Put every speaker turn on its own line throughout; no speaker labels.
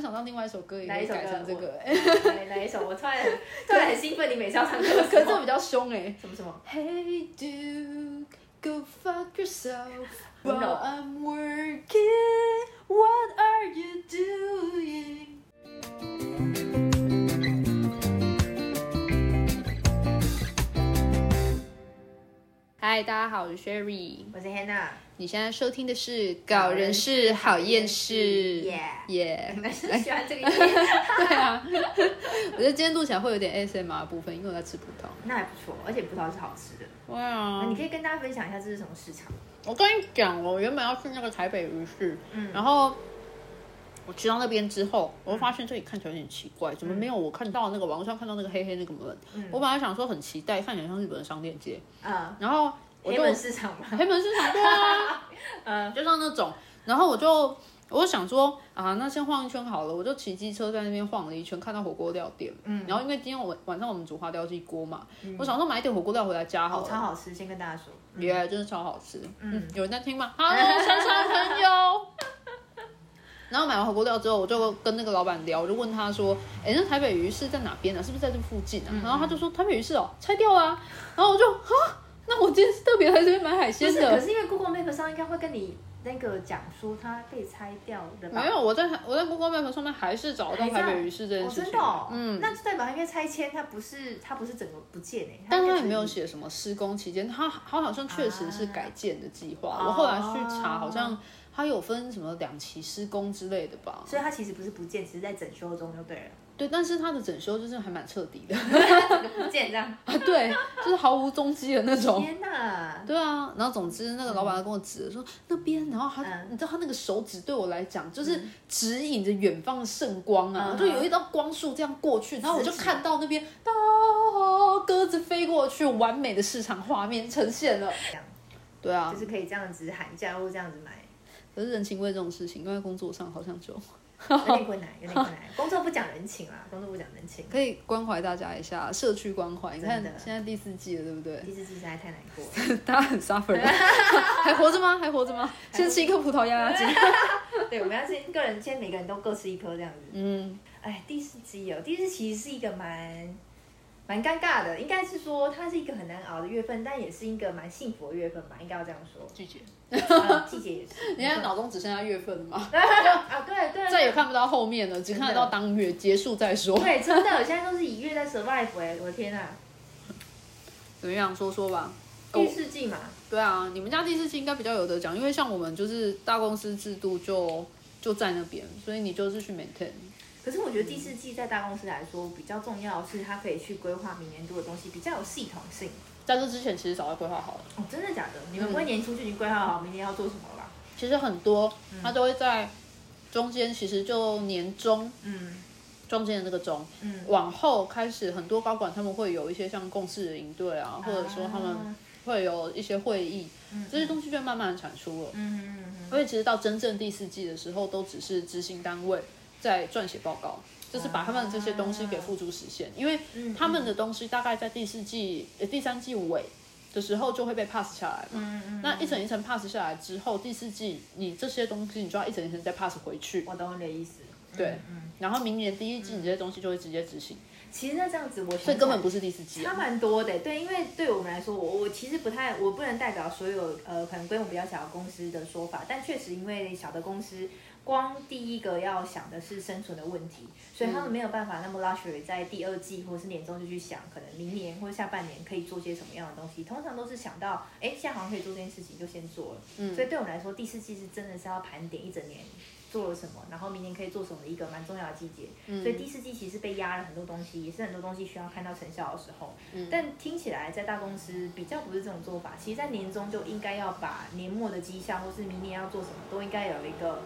想到另外一首歌也
哪
可
一
以
首歌
改成这个、欸，
哪哪一首？我突然很突然很兴奋，你每次要唱歌的时
可是
候，
这个比较凶哎、
什么什么？
Hey dude, go fuck yourself
No.
while I'm working. What are you doing? 嗨，大家好，我是 Sherry。
我是 Hannah，
你现在收听的是《搞人事好厌世》
Yeah
耶
你们是喜欢这
哎
个音乐？
对啊， 我觉得今天录起来会有点 ASMR 的部分，因为我在吃葡萄。
那还不错，而且葡萄是好吃的。
哇、啊
啊你可以跟大家分享一下这是什么市场？
我跟你讲，我原本要去那个台北鱼市，
嗯
然后我去到那边之后，我就发现这里看起来有点奇怪，怎么没有我看到那个网络上看到那个黑黑那个门？
嗯
我本来想说很期待，看起来像日本的商店街，
嗯，
然后我
黑
就
门市场吗？
黑门市场对 啊，
嗯
就像那种，然后我就。我就想说啊，那先晃一圈好了，我就骑机车在那边晃了一圈，看到火锅料店。
嗯，
然后因为今天我晚上我们煮花雕鸡锅嘛，我想说买一点火锅料回来加好
好
了。
超好吃，先跟大家说。嗯
耶、真的超好吃。
嗯
嗯，有人在听 吗？Hello，珊珊朋友。然后买完火锅料之后，我就跟那个老板聊，我就问他说：“哎，那台北鱼市在哪边呢、啊？是不是在这附近啊？”
嗯
然后他就说：“台北鱼市哦，拆掉啦、然后我就啊，那我今天是特别来这边买海
不
鲜
是，可
的。
是因为 Google Map 上应该会跟你那个讲说它被拆掉的吧？
没有，我在我在 Google Map 上面还是找得到
还在
台北鱼市这件
哦，
事
真
情。
的、哦，
嗯，
那就代表它应该拆迁，它不是它不是整个不见哎、欸，
但
它
他
应该
也没有
只是
写什么施工期间，他他好像确实是改建的计划。
啊
我后来去查，
哦
好像他有分什么两期施工之类的吧。
所以它其实不是不见，只是在整修中就 对了，
对，但是它的整修就是还蛮彻底的
整个不见这样。
啊，对，就是毫无踪迹的那种。
天哪！
对啊，然后总之那个老板就跟我指着说、那边，然后他、
嗯
你知道他那个手指对我来讲就是指引着远方的圣光啊，
嗯
就有一道光束这样过去，然后我就
直指
看到那边啊鸽子飞过去，完美的市场画面呈现了
这样。
对啊
就，是可以这样子喊价或这样子买，
可是人情味这种事情，因为工作上好像就
有点困难，有点困难。工作不讲人情啦，工作不讲人情。
可以关怀大家一下，社区关怀。你看
真的嗯
现在第四季了，对不对？
第四季实在太难过了，
大家很 suffer，的 还活着吗？还活着吗？先吃一颗葡萄压压惊。
对，我们要先个人，先每个人都各吃一颗这样子。
嗯，
哎，第四季哦，第四其实是一个蛮蛮尴尬的，应该是说它是一个很难熬的月份，但也是一个蛮幸福的月份吧，应该要这样说。
拒绝。
啊季节也是。
你现在脑中只剩下月份了吗？
啊，对对
再也
对，
看不到后面了，只看得到当月结束再说。
对，真的，现在都是以月在 survive 哎、我的天啊，
怎么样？说说吧。
第四季嘛，
对啊，你们家第四季应该比较有得讲，因为像我们就是大公司制度就就在那边，所以你就是去 maintain。
可是我觉得第四季在大公司来说比较重要，是它可以去规划明年度的东西，比较有系统性。
在这之前其实早就规划好了，
哦，真的假的？你们不会年初就已经规划好明年要做什么了吧？
其实很多
嗯
他都会在中间，其实就年中
嗯
中间的那个中，
嗯，
往后开始，很多高管他们会有一些像共事的营队啊，或者说他们
啊
会有一些会议，
嗯
这些东西就会慢慢地产出了。
嗯嗯嗯，
所以其实到真正第四季的时候，都只是执行单位在撰写报告，就是把他们这些东西给付诸实现，因为
嗯
他们的东西大概在第四季、呃第三季尾的时候就会被 pass 下来嘛。
嗯嗯，
那一层一层 pass 下来之后，第四季你这些东西你就要一层一层再 pass 回去，
我懂你的意思。
对
嗯，嗯
然后明年第一季你这些东西就会直接执行，
其实那这样子我想起来，
所以根本不是第四季啊、
差蛮多的，对，因为对我们来说，我我其实不太，我不能代表所有呃，可能规模比较小的公司的说法，但确实因为小的公司，光第一个要想的是生存的问题，所以他们没有办法那么 luxury 在第二季或是年终就去想，可能明年或者下半年可以做些什么样的东西，通常都是想到，哎，现在好像可以做这件事情，就先做了。
嗯
所以对我们来说，第四季是真的是要盘点一整年做了什么，然后明年可以做什么的一个蛮重要的季节。所以第四季其实被压了很多东西，也是很多东西需要看到成效的时候。但听起来在大公司比较不是这种做法，其实，在年终就应该要把年末的绩效或是明年要做什么，都应该有一个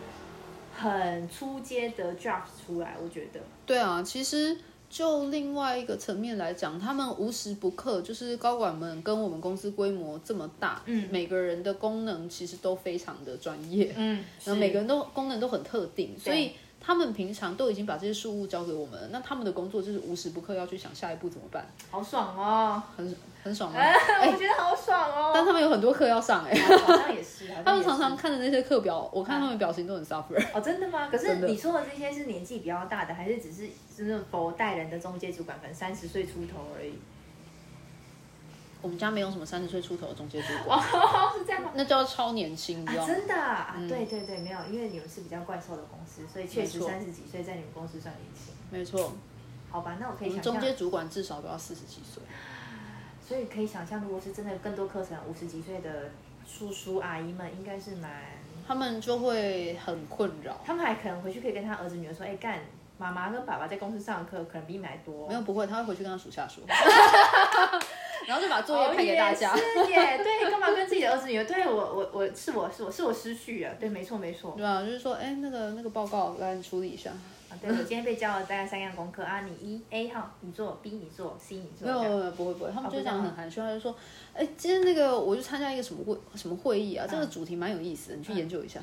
很出街的 draft 出来。我觉得，
对啊，其实就另外一个层面来讲，他们无时不刻就是高管们跟我们公司规模这么大，
嗯
每个人的功能其实都非常的专业，
嗯
然后每个人都功能都很特定，所以他们平常都已经把这些事物交给我们了，那他们的工作就是无时不刻要去想下一步怎么办，
好爽哦！
很哎很爽吗？
我觉得好爽哦！
但他们有很多课要上哎、
好像也是，好像也
他们
是
常常看着那些课表，我看他们表情都很 suffer。
哦，真的吗？可是
真的
你说的这些是年纪比较大的，还是只是是那种佛代人的中介主管，可能三十岁出头而已？
我们家没有什么三十岁出头的中介主管，
哦，是这样吗？
那叫超年轻，你知道
啊，
吗？
真的啊！啊对对对，没有，因为你们是比较怪兽的公司，所以确实
嗯没错
三十几岁在你们公司算年轻。
没错，
好吧，那我可
我们
以想
嗯中
象，
介主管至少都要四十几岁。
所以可以想象，如果是真的更多课程，五十几岁的叔叔阿姨们应该是蛮，
他们就会很困扰。
他们还可能回去可以跟他儿子女儿说，哎干，妈妈跟爸爸在公司上的课可能比你们还多。
没有不会，他会回去跟他属下说， 然后就把作业派给大家
哦。也是耶， 对，干嘛跟自己的儿子女儿？对我，我，我是我是我是我失序了，对，没错没错。
对啊，就是说，哎，那个那个报告来你处理一下。
啊，对我今天被教了大概三样功课啊，你一 A 号你做，B 你做，C 你做。
没有没
这样
有没有不会不会，他们
哦
就
不知道
讲很含蓄，他就说，哎，今天那个我去参加一个什么会什么会议啊，这个
嗯
主题蛮有意思的，你去研究一下。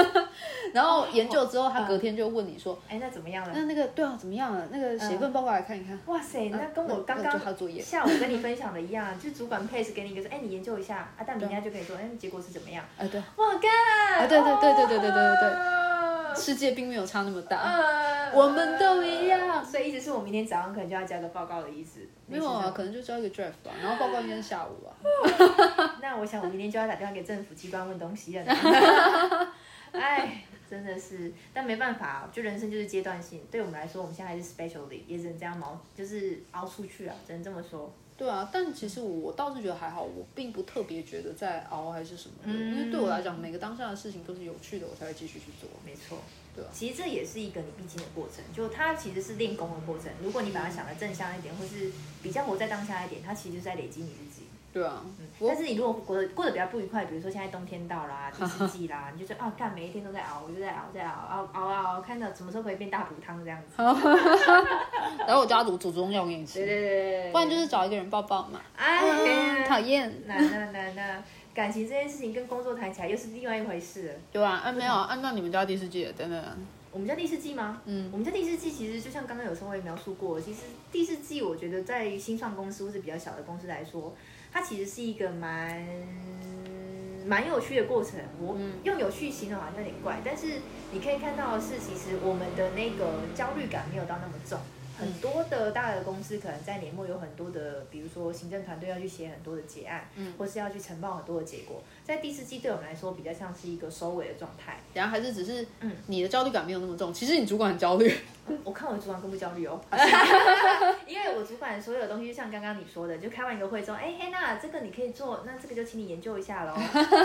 然后研究之后，他隔天就问你说，
哎，那怎么样
那
了？
那个对啊怎么样啊？那个写份报告来看一看。
哇塞，那跟我刚
那
刚
就他作业
下午跟你分享的一样， 就是主管 pace 给你一个说，哎，你研究一下啊，但明天就跟你说，哎，结果是怎么样？
哎对，
哇干！
啊对对对对对对对对
对。
世界并没有差那么大。
呃
我们都一样
所以意思是我明天早上可能就要交个报告的意思。
没有啊，
可。
可能就交一个 draft 吧，然后报告应该是下午吧。啊
啊那我想我明天就要打电话给政府机关问东西 了呢。哎，真的是，但没办法，就人生就是阶段性。对我们来说，我们现在还是 specially，也只能这样毛，就是熬出去啊，只能这么说。
对啊，但其实我倒是觉得还好，我并不特别觉得在熬还是什么的，
嗯
因为对我来讲，每个当下的事情都是有趣的，我才会继续去做。
没错，
对啊
其实这也是一个你必经的过程，就它其实是练功的过程。如果你把它想的正向一点，或是比较活在当下一点，它其实就是在累积你自己。
对啊，
嗯
我
但是你如果过得过得比较不愉快，比如说现在冬天 到啦、第四季啦，你就觉得啊，干每一天都在熬，我就在熬，在熬，熬熬熬熬，看到什么时候可以变大补汤这样子。
然后我家煮煮中药给你
对
吃，
对对对，
不然就是找一个人抱抱嘛。
哎
嗯，讨
呀，
厌，
难呐难呐，感情这件事情跟工作谈起来又是另外一回事了。
对吧、啊？没有，按、照你们家第四季的等等啊，
我们家第四季吗？
嗯，
我们家第四季其实就像刚刚有稍微描述过，其实第四季我觉得在新创公司或是比较小的公司来说，它其实是一个蛮蛮有趣的过程。我
嗯
用有趣形容好像有点怪，但是你可以看到的是，其实我们的那个焦虑感没有到那么重。很
嗯
多的大的公司可能在年末有很多的，比如说行政团队要去写很多的结案，
嗯
或是要去呈报很多的结果，在第四季对我们来说比较像是一个收尾的状态。
然后还是只是
嗯
你的焦虑感没有那么重，其实你主管很焦虑，
我看我主管更不焦虑哦，
啊
因为我主管所有的东西，就像刚刚你说的，就开完一个会之后，哎、嘿，那这个你可以做，那这个就请你研究一下 喽。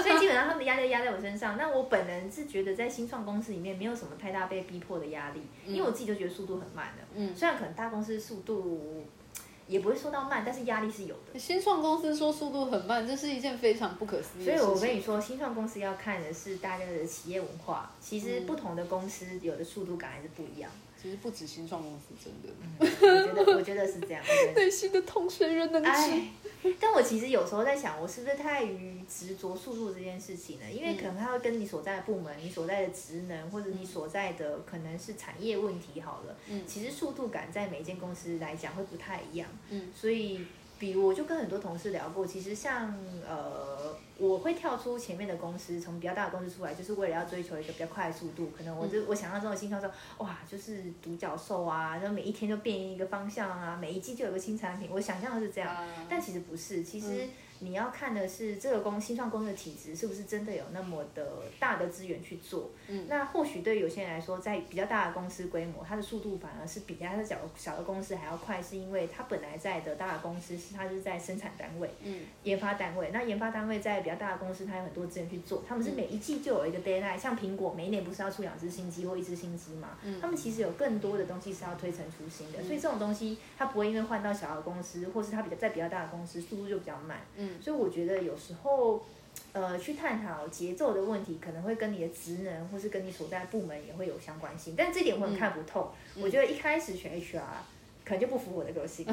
所以基本上他们的压力都压在我身上。那我本人是觉得在新创公司里面没有什么太大被逼迫的压力，因为我自己就觉得速度很慢的。
嗯
虽然可能大公司速度也不会说到慢，但是压力是有的。
新创公司说速度很慢，这是一件非常不可思议
所
的
以
事情。
我跟你说，新创公司要看的是大家的企业文化。其实
嗯
不同的公司有的速度感还是不一样。
其实不止新创公司，真的，
我觉得，我觉得是这样。我觉得
内心的痛谁人能知
哎？， 但我其实有时候在想，我是不是太于执着速度这件事情呢？
嗯
因为可能它会跟你所在的部门、你所在的职能，或者你所在的可能是产业问题好了。
嗯
其实速度感在每一间公司来讲会不太一样。
嗯，
所以比如我就跟很多同事聊过，其实像呃，我会跳出前面的公司，从比较大的公司出来，就是为了要追求一个比较快的速度。可能我就、我想象中的新创说，哇，就是独角兽啊，然后每一天就变一个方向啊，每一季就有个新产品。我想象的是这样。但其实不是，其实你要看的是这个公新创公司的体质是不是真的有那么的大的资源去做。
嗯
那或许对于有些人来说，在比较大的公司规模，它的速度反而是比它的小小的公司还要快，是因为它本来在的大的公司是它就是在生产单位、
嗯
研发单位。那研发单位在比较大的公司，它有很多资源去做，他们是每一季就有一个 deadline，像苹果每一年不是要出两只新机或一只新机嘛？
嗯
他们其实有更多的东西是要推陈出新的，所以这种东西它不会因为换到小的公司，或是它比较在比较大的公司速度就比较慢。
嗯
所以我觉得有时候，呃，去探讨节奏的问题，可能会跟你的职能
嗯
或是跟你所在部门也会有相关性，但这点我很看不透。我觉得一开始选 HR。可能就不符合我的个性。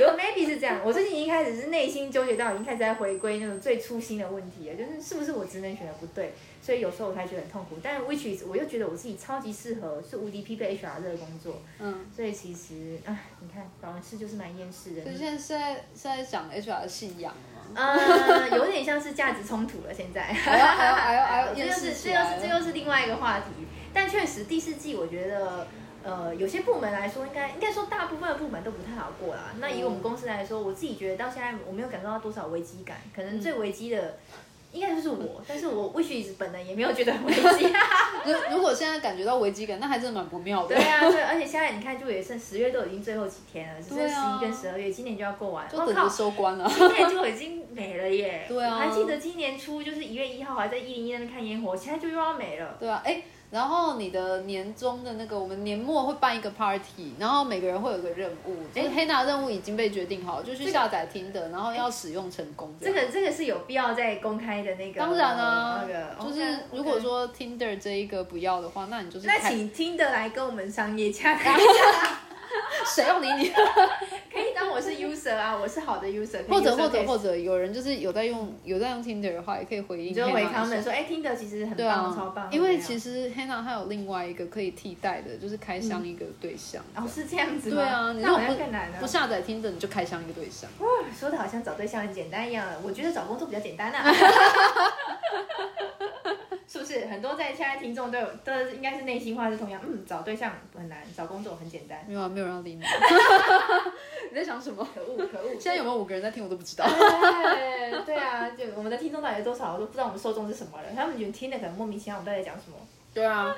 有 maybe 是这样，我最近已经开始是内心纠结到，已经开始在回归那种最初心的问题了，就是是不是我职能选的不对，所以有时候我才觉得很痛苦。但 which is 我又觉得我自己超级适合，是无敌匹配 HR 这个工作，
嗯，
所以其实啊，你看保人事就是蛮厌世的
所。以现在是在是在讲 HR 的信 仰了吗？
嗯，有点像是价值冲突了。现在，
哎呦哎呦哎呦哎呦
呃这又是
厌世
这
起
又是
来了
这又是另外一个话题。但确实第四季，我觉得，呃，有些部门来说，应该应该说大部分的部门都不太好过啦。那以我
嗯
们公司来说，我自己觉得到现在我没有感受到多少危机感，
嗯
可能最危机的。应该就 是我，但是我 which is 本人也没有觉得很危机、
如如果现在感觉到危机感，那还真的蛮不妙的
对。啊，对，而且现在你看，就也剩十月都已经最后几天了，只剩
对
十
啊
一跟十二月，今年就要过完。
就
我
等
靠
着，收官了。
今年就已经没了耶。
对啊
我还记得今年初就是一月一号还在一零一那边看烟火，现在就又要没了。
对啊，哎、然后你的年终的那个，我们年末会办一个 party，然后每个人会有个任务，就是黑娜任务已经被决定好，就去下载听的，然后要使用成功
这
样。
个这个是有必要在公开的那个，
啊当然啊
那个，
就
OK，
是
OK
如果说 Tinder 这一个不要的话，那你就是
那
看
请听的来跟我们商业洽 谈一下，
谁要理你，
可以当我是 user 啊，我是好的 user，可以
或者
user
或者
case
或者有人就是有在用有在用 Tinder 的话，也可以回应
你就回
Hannah
他们
一下
说，哎，听的其实很
对
棒，
啊，
超棒，
因为
怎么
其
样
实 Hannah 她有另外一个可以替代的，就是开箱一个对象。
哦是这样子吗？
对啊，你
那
如
好
果
像
不
更难了
不。下载听的，你就开箱一个对象。
哇说的好像找对象很简单一样了，我觉得找工作比较简单 啊， 是不是？很多在现在听众都有，都应该是内心话是同样，嗯，找对象很难，找工作很简单。
没有啊，没有人要理你。 你在想什么？
可恶，可恶！
现在有没有五个人在听我都不知道。
哎对啊，就我们的听众到底有多少，我都不知道我们受众是什么了。他们觉得听的可能莫名其妙，我们到底在讲什么？
对啊，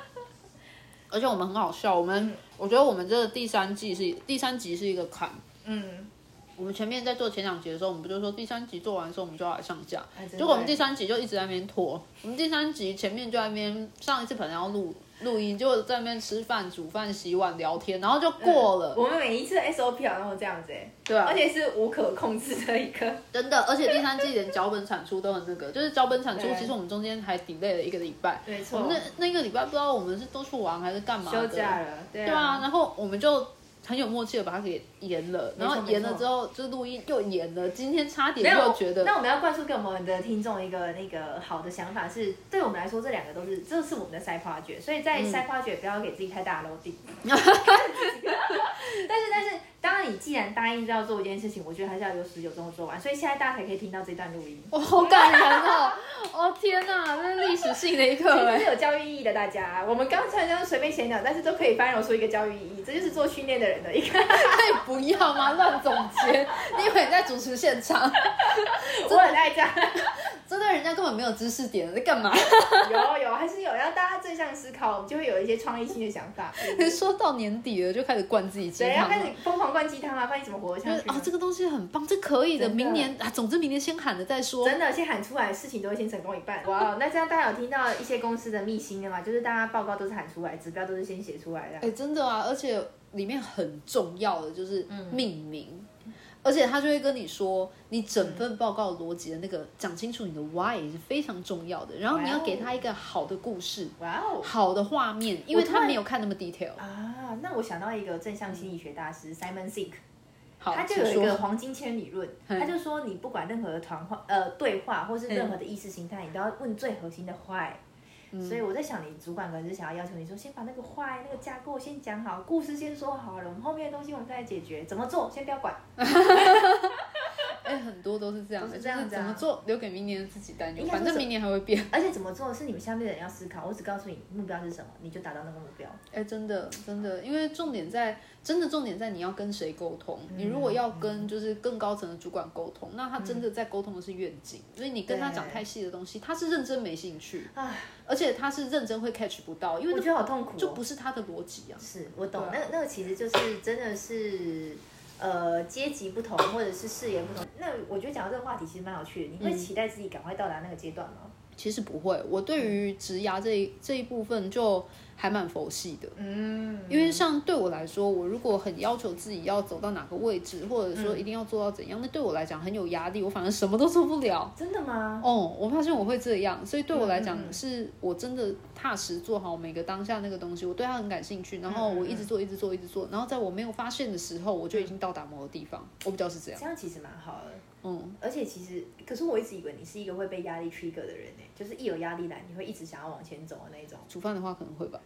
而且我们很好笑。我们我觉得我们这个第三季是第三集是一个坎。
嗯，
我们前面在做前两集的时候，我们不就说第三集做完的时候我们就要来上架，
哎真的
结果我们第三集就一直在那边拖。我们第三集前面就在那边上一次本来要录录音，结果在那边吃饭、煮饭、洗碗、聊天，然后就过了。
我们每一次的 SOP 好像都这样子哎、
对啊
而，且是无可控制的一个。
真的，而且第三季连脚本产出都很那个，就是脚本产出
对，
其实我们中间还 delay 了一个礼拜。
没错
我们那那个礼拜不知道我们是都去玩还是干嘛的
嗯休假了，对
对啊，，然后我们就很有默契的把它给延了，
没
然
错
后延了之后就录音又延了，今天差点
那
又
我
觉得
那我们要灌输给我们的听众一个那个好的想法是，对我们来说，这两个都是这是我们的
嗯
side project，所以在 side project 不要给自己太大的 loading。但是但是，当然你既然答应要做一件事情，我觉得还是要有始有终地做完，所以现在大家才可以听到这段录 音。
哇，好感人哦！哦天哪，这是历史性的一 刻
其实
哎
是。有教育意义的，大家。我们刚才这样随便闲聊，但是都可以翻揉出一个教育意义，这就是做训练的人的一个。
可以不要吗？乱总结，你以为你在主持现场？
我很爱这样。
这对人家根本没有知识点，在干嘛？
有有，还是有要大家正向思考，我们就会有一些创意性的想 法。
说到年底了，就开始灌自己鸡
对，要啊
汤
开
了
始。疯狂灌鸡汤啊，不然你怎么活得
就
下
是
去呢？
啊、这个东西很棒，这可以的。
真的啊
明年啊，总之明年先喊了再说。
真的，先喊出来，事情都会先成功一 半。哇，那这样大家有听到一些公司的秘辛了嘛？就是大家报告都是喊出来，指标都是先写出来
哎、
的。
真的啊，而且里面很重要的就是
嗯
命名，而且他就会跟你说，你整份报告逻辑的那个讲清楚你的 why 也是非常重要的。然后你要
哇哦
给他一个好的故事、
哇哦！
好的画面，因为
我突
他
然
没有看那么 detail。
啊，那我想到一个正向心理学大
嗯
师 Simon Sinek，
好，
他就
请
有一
说
个黄金圈理论，
嗯
他就说你不管任何的团话、呃对话，或是任
嗯
何的意识形态，你都要问最核心的 why。所以我在想，你主管可能是想要要求你说，先把那个 why 那个架构先讲好，故事先说好了，我们后面的东西我们再来解决，怎么做先不要管。
哎、很多都是这样
都
的，
是这样
就是
子
怎
啊
么做留给明年自己担忧，
应该
反
说
正
是
明年还会变。
而且怎么做是你们下面的人要思考，我只告诉你目标是什么，你就达到那个目标。
哎、真的，真的，因为重点在，真的重点在你要跟谁沟通。
嗯
你如果要跟就是更高层的主管沟通，那他真的在沟通的是愿景，所以你跟他讲
嗯对
太细的东西，他是认真没兴趣，
唉
而且他是认真会 catch 不到，因为
我
那
觉得好痛苦、哦。
就不是他的逻辑啊。
是我懂，
对
那那个其实就是真的是。呃，阶级不同，
嗯
或者是视野不同，那我觉得讲到这个话题其实蛮有趣的。你会期待自己赶快到达那个阶段吗？
其实不会，我对
嗯
于植牙这一这一部分就还蛮佛系的。
嗯，
因为像对我来说，我如果很要求自己要走到哪个位置，或者
嗯
说一定要做到怎样，那对我来讲很有压力，我反而什么都做不了。
真的吗？
哦，我发现我会这样，所以对我来讲
嗯嗯，嗯
是我真的踏实做好每个当下那个东西，我对它很感兴趣，然后
嗯嗯
我一直做，一直做，一直做，然后在我没有发现的时候，我就已经到达某个地方。我比较是这样，
这样其实蛮好的。
嗯，
而且其实，可是我一直以为你是一个会被压力 trigger 的人呢，就是一有压力来，你会一直想要往前走的那
，
一种
煮饭的话可能会吧。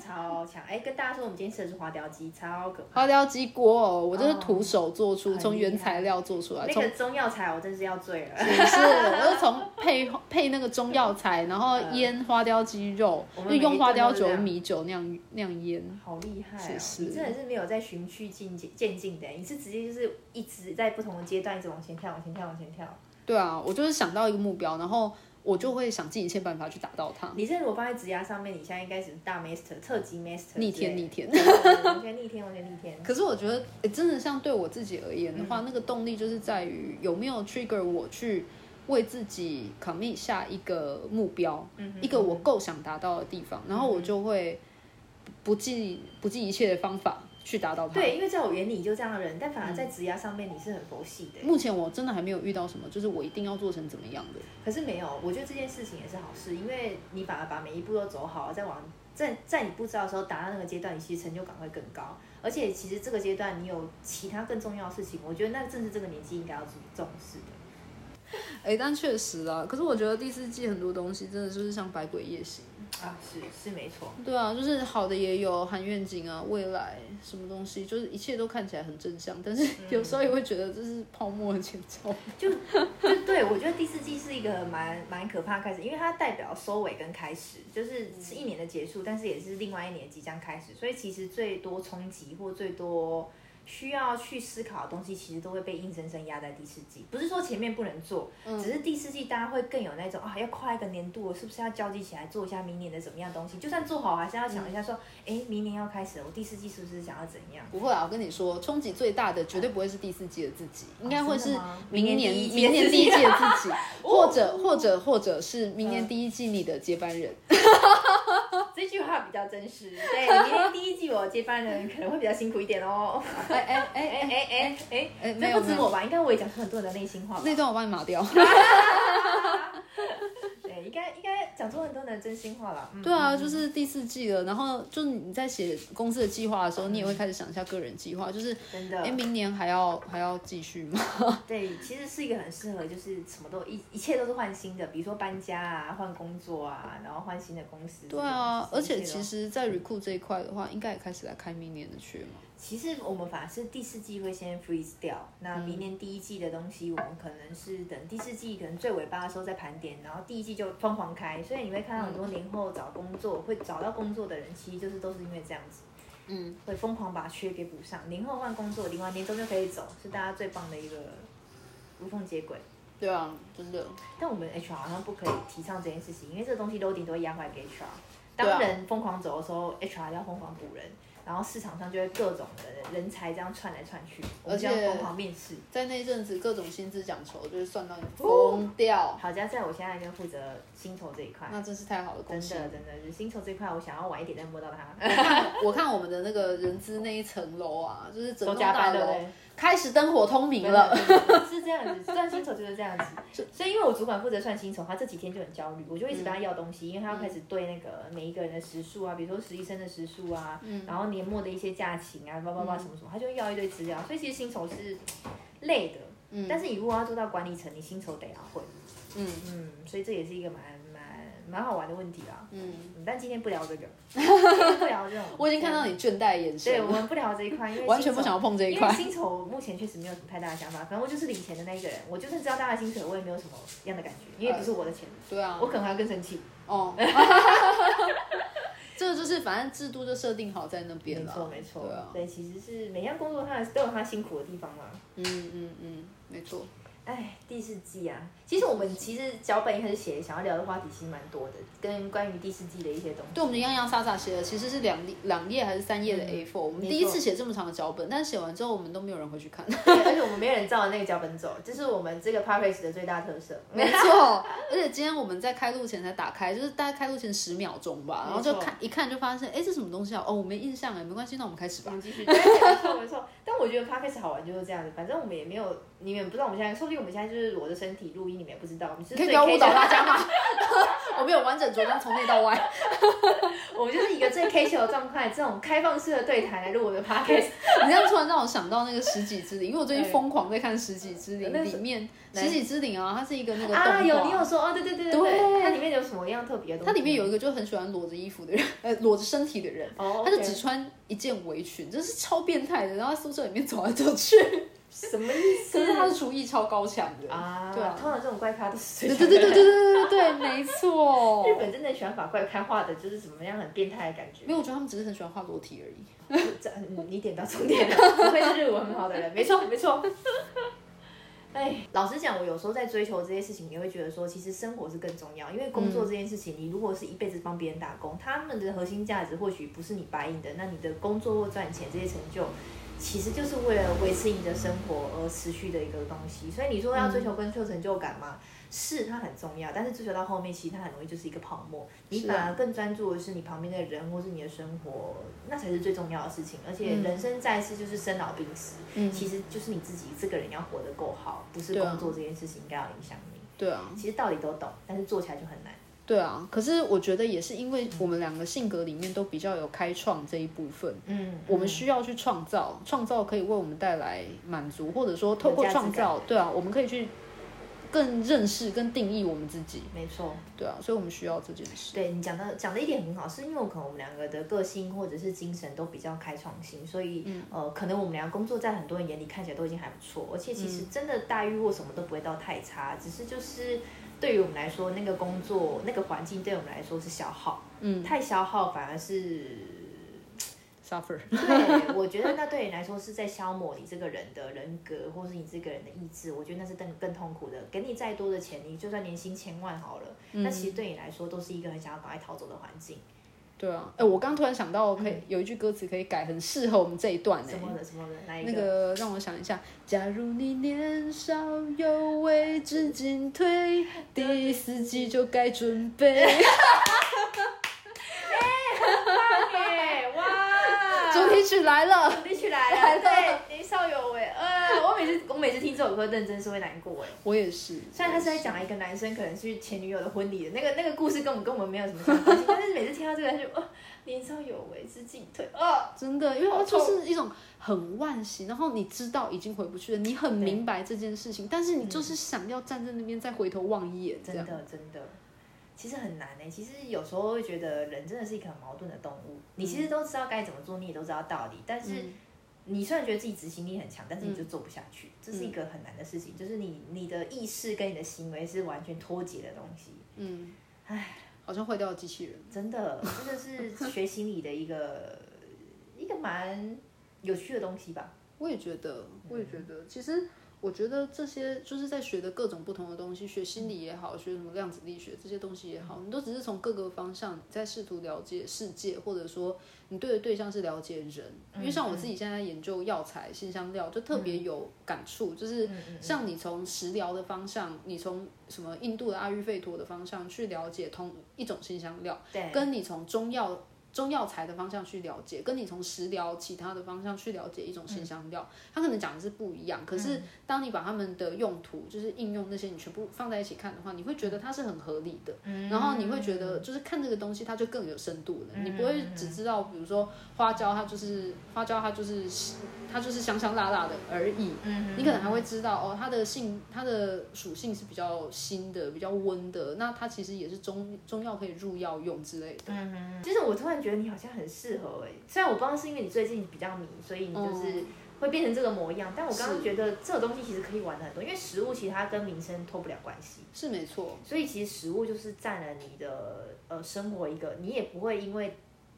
超强。哎，跟大家说，我们今天吃的是花雕鸡，超可怕。
花雕鸡锅哦，我就是徒手做
哦
出，
很
从
厉
原
害
材料做出来，
那
从
个中药材我真是要醉了。
也是，我是从配配那个中药材，然后腌花雕鸡肉
嗯我，们
就用花雕酒
每一顿都这、样
米酒那样那样腌。
好厉害
是
哦！
是
你真的是没有在循序渐进渐进的，你是直接就是一直在不同的阶段一直往前跳，往前跳，往前跳。
对啊，我就是想到一个目标，然后我就会想尽一切办法去达到它，
你这如果放在职涯上面，你现在应该是大 master、特级 master
逆天
之类
逆天。
的，对完全逆天，完全逆天。
可是我觉得，诶真的像对我自己而言的话，那个动力就是在于有没有 trigger 我去为自己 commit 下一个目标，
嗯哼
一个我够想达到的地方，然后我就会不计不计一切的方法去达到它。
对，因为在我眼里就这样的人，但反而在
嗯
职涯上面你是很佛系的。
目前我真的还没有遇到什么，就是我一定要做成怎么样的。
可是没有，我觉得这件事情也是好事，因为你反而把每一步都走好，再往在在你不知道的时候达到那个阶段，你其实成就感会更高。而且其实这个阶段你有其他更重要的事情，我觉得那正是这个年纪应该要重视的。
哎、但确实啊，可是我觉得第四季很多东西真的就是像百鬼夜行。
啊，是是没错。
对啊，就是好的也有，含愿景啊，未来什么东西，就是一切都看起来很正向，但是有时候也会觉得这是泡沫的前兆。
就对，我觉得第四季是一个蛮蛮可怕的开始，因为它代表收尾跟开始，就是是一年的结束，但是也是另外一年即将开始，所以其实最多冲击或最多需要去思考的东西，其实都会被硬生生压在第四季。不是说前面不能做，只是第四季大家会更有那种啊，要跨一个年度了，我是不是要交际起来做一下明年的怎么样东西？就算做好，还是要想一下说，哎、明年要开始了，我第四季是不是想要怎样？
不会啊，我跟你说，冲击最大的绝对不会是第四季哦的自己，应该会
真
是
的吗
明年
明
明
年
年
第
第嗯
一
一季
季的自己
的 自己，或者或者或者是明年第一季你的接班人。
这句话比较真实。对，明年第一季我接班人可能会比较辛苦一点 哦。
哎哎哎哎，
哎哎哎哎
哎
哎，
没
这
有
不止
没有
我吧？应该我也讲出很多人的内心话吧
那？段我帮你码 掉。
对，应该应该讲出很多人的真心话了。嗯
对啊，就是第四季了，然后就是你在写公司的计划的时候，你也会开始想一下个人计划，就是
真
哎，诶
的，
明年还要还要继续吗？
对，其实是一个很适合，就是什么都一一切都是换新的，比如说搬家啊、换工作啊，然后换新的公司。
对啊，
这
而
种
且
一切都
其实，在 recruit 这一块的话，应该也开始来开明年的缺嘛。
其实我们反而是第四季会先 freeze 掉，那明年第一季的东西，我们可能是等第四季可能最尾巴的时候再盘点，然后第一季就疯狂开，所以你会看到很多年后找工作会找到工作的人，其实就是都是因为这样子，
嗯，
会疯狂把缺给补上，年后换工作，另外年终就可以走，是大家最棒的一个无缝接轨。
对啊，真的。
但我们 HR 好像不可以提倡这件事情，因为这个东西 loading 都会压坏给 HR。
对
当
啊
人疯狂走的时候，HR 要疯狂补人，然后市场上就会各种的人人才这样窜来窜去，我们就要
而且
疯狂面试。
在那一阵子，各种薪资奖酬就是算到你疯掉，
好家在我现在就负责薪酬这一块，
那真是太好了，
真
恭喜！
的真的，就是薪酬这一块，我想要晚一点再摸到它，
我看我们的那个人资那一层楼啊，就是整
都
栋
加
大
班对不
楼
对？
开始灯火通明
真
了
的。真的是这样子，算薪酬就是这样 子。所以因为我主管负责算薪酬，他这几天就很焦虑，我就一直
嗯
跟他要东西，因为他要开始对那个每一个人的时数啊，比如说实习生的时数啊，
嗯
然后年末的一些假勤啊，叭叭叭什么什么，他就要一堆资料。所以其实薪酬是累的，但是你如果要做到管理层，你薪酬得要会，
嗯
嗯，所以这也是一个蛮蛮蛮好玩的问题啦。
嗯，
嗯但今天不聊 这个，今天不聊这种。
我已经看到你倦怠的眼
对，
神了，
我们不聊这一块，因为
完全
薪酬
不想要碰这一
因为
块。
薪酬目前确实没有什么太大的想法，反正我就是领钱的那一个人，我就算知道大家的薪水，我也没有什么样的感觉，因为不是我的钱，
对啊
我，可能还要更生气。
哦，这个就是反正制度就设定好在那边
没
了。
错，没错，
对啊，
对，其实是每样工作它都有它辛苦的地方嘛。
嗯嗯嗯，没错。
哎，第四季啊，其实我们其实脚本一开始写想要聊的话题其实蛮多的，跟关于第四季的一些东西。
对，我们洋洋洒洒写的其实是两两页还是三页
嗯
的 A4，、我们第一次写这么长的脚本，但写完之后我们都没有人回去看。
对而且我们没有人照着那个脚本走，这是我们这个 p a r k a s 的最大特色。
没错， 而且今天我们在开录前才打开，就是大概开录前十秒钟吧，然后就
没错
看一看就发现，哎，这什么东西啊？哦，我没印象哎，没关系，那我们开始吧。
继续，对，没错没错。但我觉得 podcast 好玩就是这样子，反正我们也没有，你们也不知道我们现在，说不定我们现在就是裸着身体录音，你们也不知道，我们就是
可以
最
不要误导
casual
大家嘛， 我们有完整着装从内到外。
我们就是一个最 casual 的状态，这种开放式的对谈来录我的 podcast，
你这样突然让我想到那个《十几之灵》，因为我最近
对
疯狂在看《十几之灵
那》，
里
是
面《
哪
十几之灵》啊，它是一个那个动画，
啊，有你有嗯说哦，对对对
对
对，它里面有什么样特别的东西？
它里面有一个就很喜欢裸着衣服的人，呃，裸着身体的人，
哦，
他就
OK
只穿一件围裙，真是超变态的。然后他宿舍里面走来走 去，
什么意思？
可是他的厨艺超高强的
啊，
对啊
通常这种怪咖都是
对
最
对对对对对对对，没错。
日本真的喜欢把怪咖画的，就是怎么样很变态的感觉。
没有，我觉得他们只是很喜欢画裸体而已。
这嗯你点到重点了，不愧是日文很好的人，没错没错。哎，老实讲，我有时候在追求这些事情，也会觉得说，其实生活是更重要，因为工作这件事情，你如果是一辈子帮别人打工，他们的核心价值或许不是你白领的，那你的工作或赚钱这些成就，其实就是为了维持你的生活而持续的一个东西。所以你说要追求跟求成就感嘛，是它很重要，但是追求到后面，其实它很容易就是一个泡沫。你
是啊
反而更专注的是你旁边的人或是你的生活，那才是最重要的事情。而且
嗯
人生在世就是生老病死，
嗯
其实就是你自己这个人要活得够好，不是
对啊
工作这件事情应该要影响你。
对啊，
其实道理都懂，但是做起来就很难。
对啊，可是我觉得也是因为我们两个性格里面都比较有开创这一部分，
嗯，
我们需要去创造，创造可以为我们带来满足，或者说透过
有价值
创造，对啊，我们可以去更认识、更定义我们自己，
没错。
对啊，所以我们需要这件事。
对你讲的讲的一点很好，是因为我可能我们两个的个性或者是精神都比较开创性，所以、呃，可能我们俩工作在很多人眼里看起来都已经还不错，而且其实真的待遇或什么都不会到太差，只是就是对于我们来说，那个工作那个环境对我们来说是消耗，
嗯
太消耗反而是
，suffer，
对，我觉得那对你来说是在消磨你这个人的人格，或是你这个人的意志。我觉得那是更更痛苦的。给你再多的钱，你就算年薪千万好了，那其实对你来说都是一个很想要赶快逃走的环境。
对啊，哎、我刚突然想到，可以、有一句歌词可以改，很适合我们这一段呢、
嗯什么的什么的，哪一
那个让我想一下，假如你年少有为知进退，第四季就该准 备。
耶哇
主题曲来了，
主题曲 来了，对，年少有为。呃，我每次我每次听这首歌，认真是会难过哎。
我也是。
虽然他是在讲一个男生可能去前女友的婚礼的那个那个故事，跟我们跟我们没有什么 相关性，但是每次听到这个就哦，年少有为知进退，哦，
真的，因为它
好
就
痛
是一种很惋惜，然后你知道已经回不去了，你很明白这件事情，但是你
嗯
就是想要站在那边再回头望一眼，这
真
样。
的真的，其实很难呢、欸其实有时候会觉得人真的是一个很矛盾的动物，你其实都知道该怎么做，你也都知道道理，但是
嗯
你虽然觉得自己执行力很强，但是你就做不下去，这
嗯
是一个很难的事情。就是你你的意识跟你的行为是完全脱节的东西，
嗯，唉，好像坏掉的机器人。
真的，这个是学心理的一个一个蛮有趣的东西吧。
我也觉得，我也觉得，其实我觉得这些就是在学的各种不同的东西，学心理也好，学什么量子力学这些东西也好，你都只是从各个方向在试图了解世界，或者说你对的对象是了解人。因为像我自己现在研究药材、新香料，就特别有感触，
嗯
就是嗯像你从食疗的方向，你从什么印度的阿育吠陀的方向去了解同一种新香料。
对，
跟你从中药中药材的方向去了解，跟你从食疗其他的方向去了解一种新香料，它可能讲的是不一样。可
嗯
是当你把它们的用途，就是应用那些，你全部放在一起看的话，你会觉得它是很合理的。
嗯
然后你会觉得，就是看这个东西，它就更有深度了。你不会只知道，比如说花椒，它就是花椒，它就是它就是香香辣辣的而已。
嗯
你可能还会知道哦，它的性它的属性是比较新的、比较温的，那它其实也是中中药可以入药用之类的。
嗯，就是我突然觉得你好像很适合哎、虽然我不知道是因为你最近比较迷，所以你嗯就是会变成这个模样，但我刚刚
嗯是
觉得这个东西其实可以玩的很多，因为食物其实它跟民生脱不了关系。
是没错，
所以其实食物就是占了你的呃生活一个，你也不会因为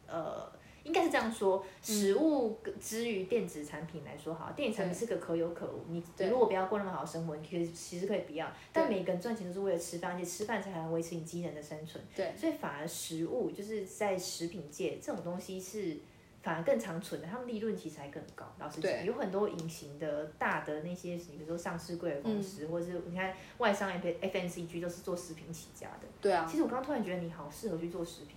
呃应该是这样说，食物之于电子产品来说好，电子产品是个可有可无。你
对
如果不要过那么好的生活，你可以其实可以不要。但每个人赚钱都是为了吃饭，而且吃饭才能维持你机能的生存。
对，
所以反而食物就是在食品界这种东西是反而更长存的，他们利润其实还更高。老实
对
讲，有很多隐形的大的那些，比如说上市贵的公司，或者是你看外商 F F N C G 都是做食品起家的。
对啊，
其实我刚刚突然觉得你好适合去做食品的东西。哦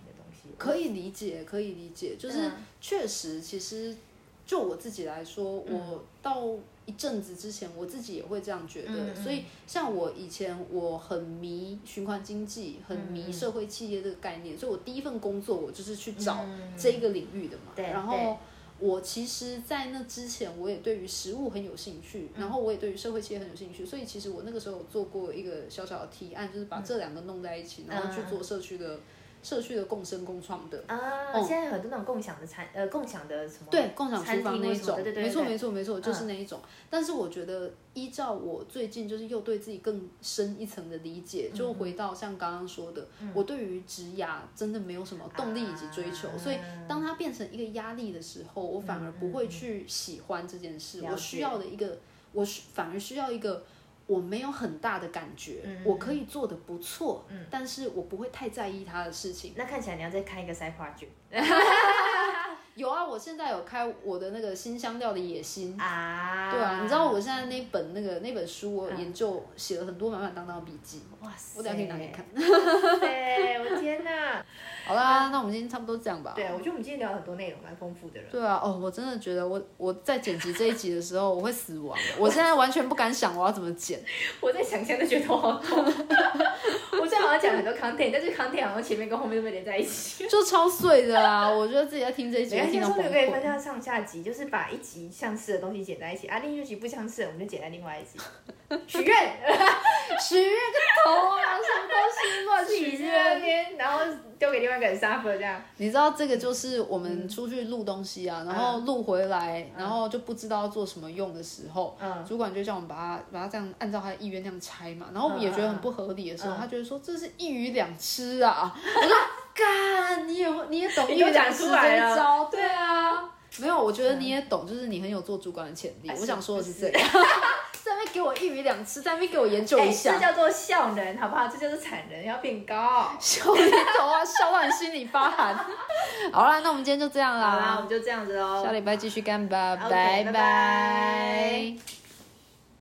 可以理解，可以理解，就是
嗯
确实，其实就我自己来说，
嗯
我到一阵子之前，我自己也会这样觉得。
嗯嗯
所以，像我以前我很迷循环经济，很
嗯
迷社会企业这个概念，所以我第一份工作我就是去找
嗯
这一个领域的嘛。
对
然后。我其实，在那之前，我也对于食物很有兴趣，
嗯
然后我也对于社会企业很有兴趣，所以其实我那个时候有做过一个小小的提案，就是
嗯
把这两个弄在一起，然后去做社区的、社区的共生共创的
啊，
嗯
现在有很多那种共享的餐，呃，共享的什么？
对，共享
餐
厨
厅
房那
或
一
什么
种，
的对对
没错
对
没错没错，就是
嗯
那一种。但是我觉得，依照我最近就是又对自己更深一层的理解，
嗯
就回到像刚刚说的，我对于职涯真的没有什么动力以及追
啊
求，所以当它变成一个压力的时候，我反而不会去喜欢这件事。
嗯了
我需
解
要的一个，我需反而需要一个。我没有很大的感觉，
嗯
我
嗯
可以做的不错，但是我不会太在意它的事情。
那看起来你要再开一个 side project
有啊，我现在有开我的那个新香料的野心，
啊
对啊，你知道我现在那本那个那本书，
嗯
我研究写了很多满满当当的笔记。
哇塞，
我等下可以拿给你。看。
对，我天 哪！
好啦，那我们今天差不多这样吧。
啊对，啊我觉得我们今天聊了很多内容，蛮丰富的人。
对啊，哦，我真的觉得我我在剪辑这一集的时候，我会死亡。我现在完全不敢想我要怎么剪。
我在想象就觉得我好痛。 我最好像讲很多 content，但是 content 好像前面跟后面都被连在一起。
就超碎的啊！我觉得自己在听这一集会
没关系，
听到
说
崩
不定可以分
溃。
下上下集，就是把一集相似的东西剪在一起，啊，另一集不相似的，我们就剪在另 外一集。许愿。
许愿个头啊，什么东西乱
自
许
己在那
愿？
边，然后丢给另外一个人 suffer 这样。
你知道这个就是我
嗯
们出去录东西啊，然后录回来，然后就不知道做什么用的时候，
嗯
主管就叫我们把它把它这样按照他的意愿那样拆嘛，然后我们也觉得很不合理的时候，
嗯嗯嗯嗯
他就会说这是一鱼两吃啊，我说干，你也会你也懂一
你
鱼
都
两
讲
吃
出
这
来
一
了嗯
招，对啊，没有，我觉得你也懂，就是你很有做主管的潜力
啊。是哎
我想说的是这个， 在那边给我一鱼两吃，在那边给我研究一
这
下，
叫做效能，好不好？这叫做产能要变高。
笑你头啊，笑到你心里发寒。好啦，那我们今天就这样
好啦，我们就这样子喽。
下礼拜继续干吧，
OK，
拜
拜
拜
拜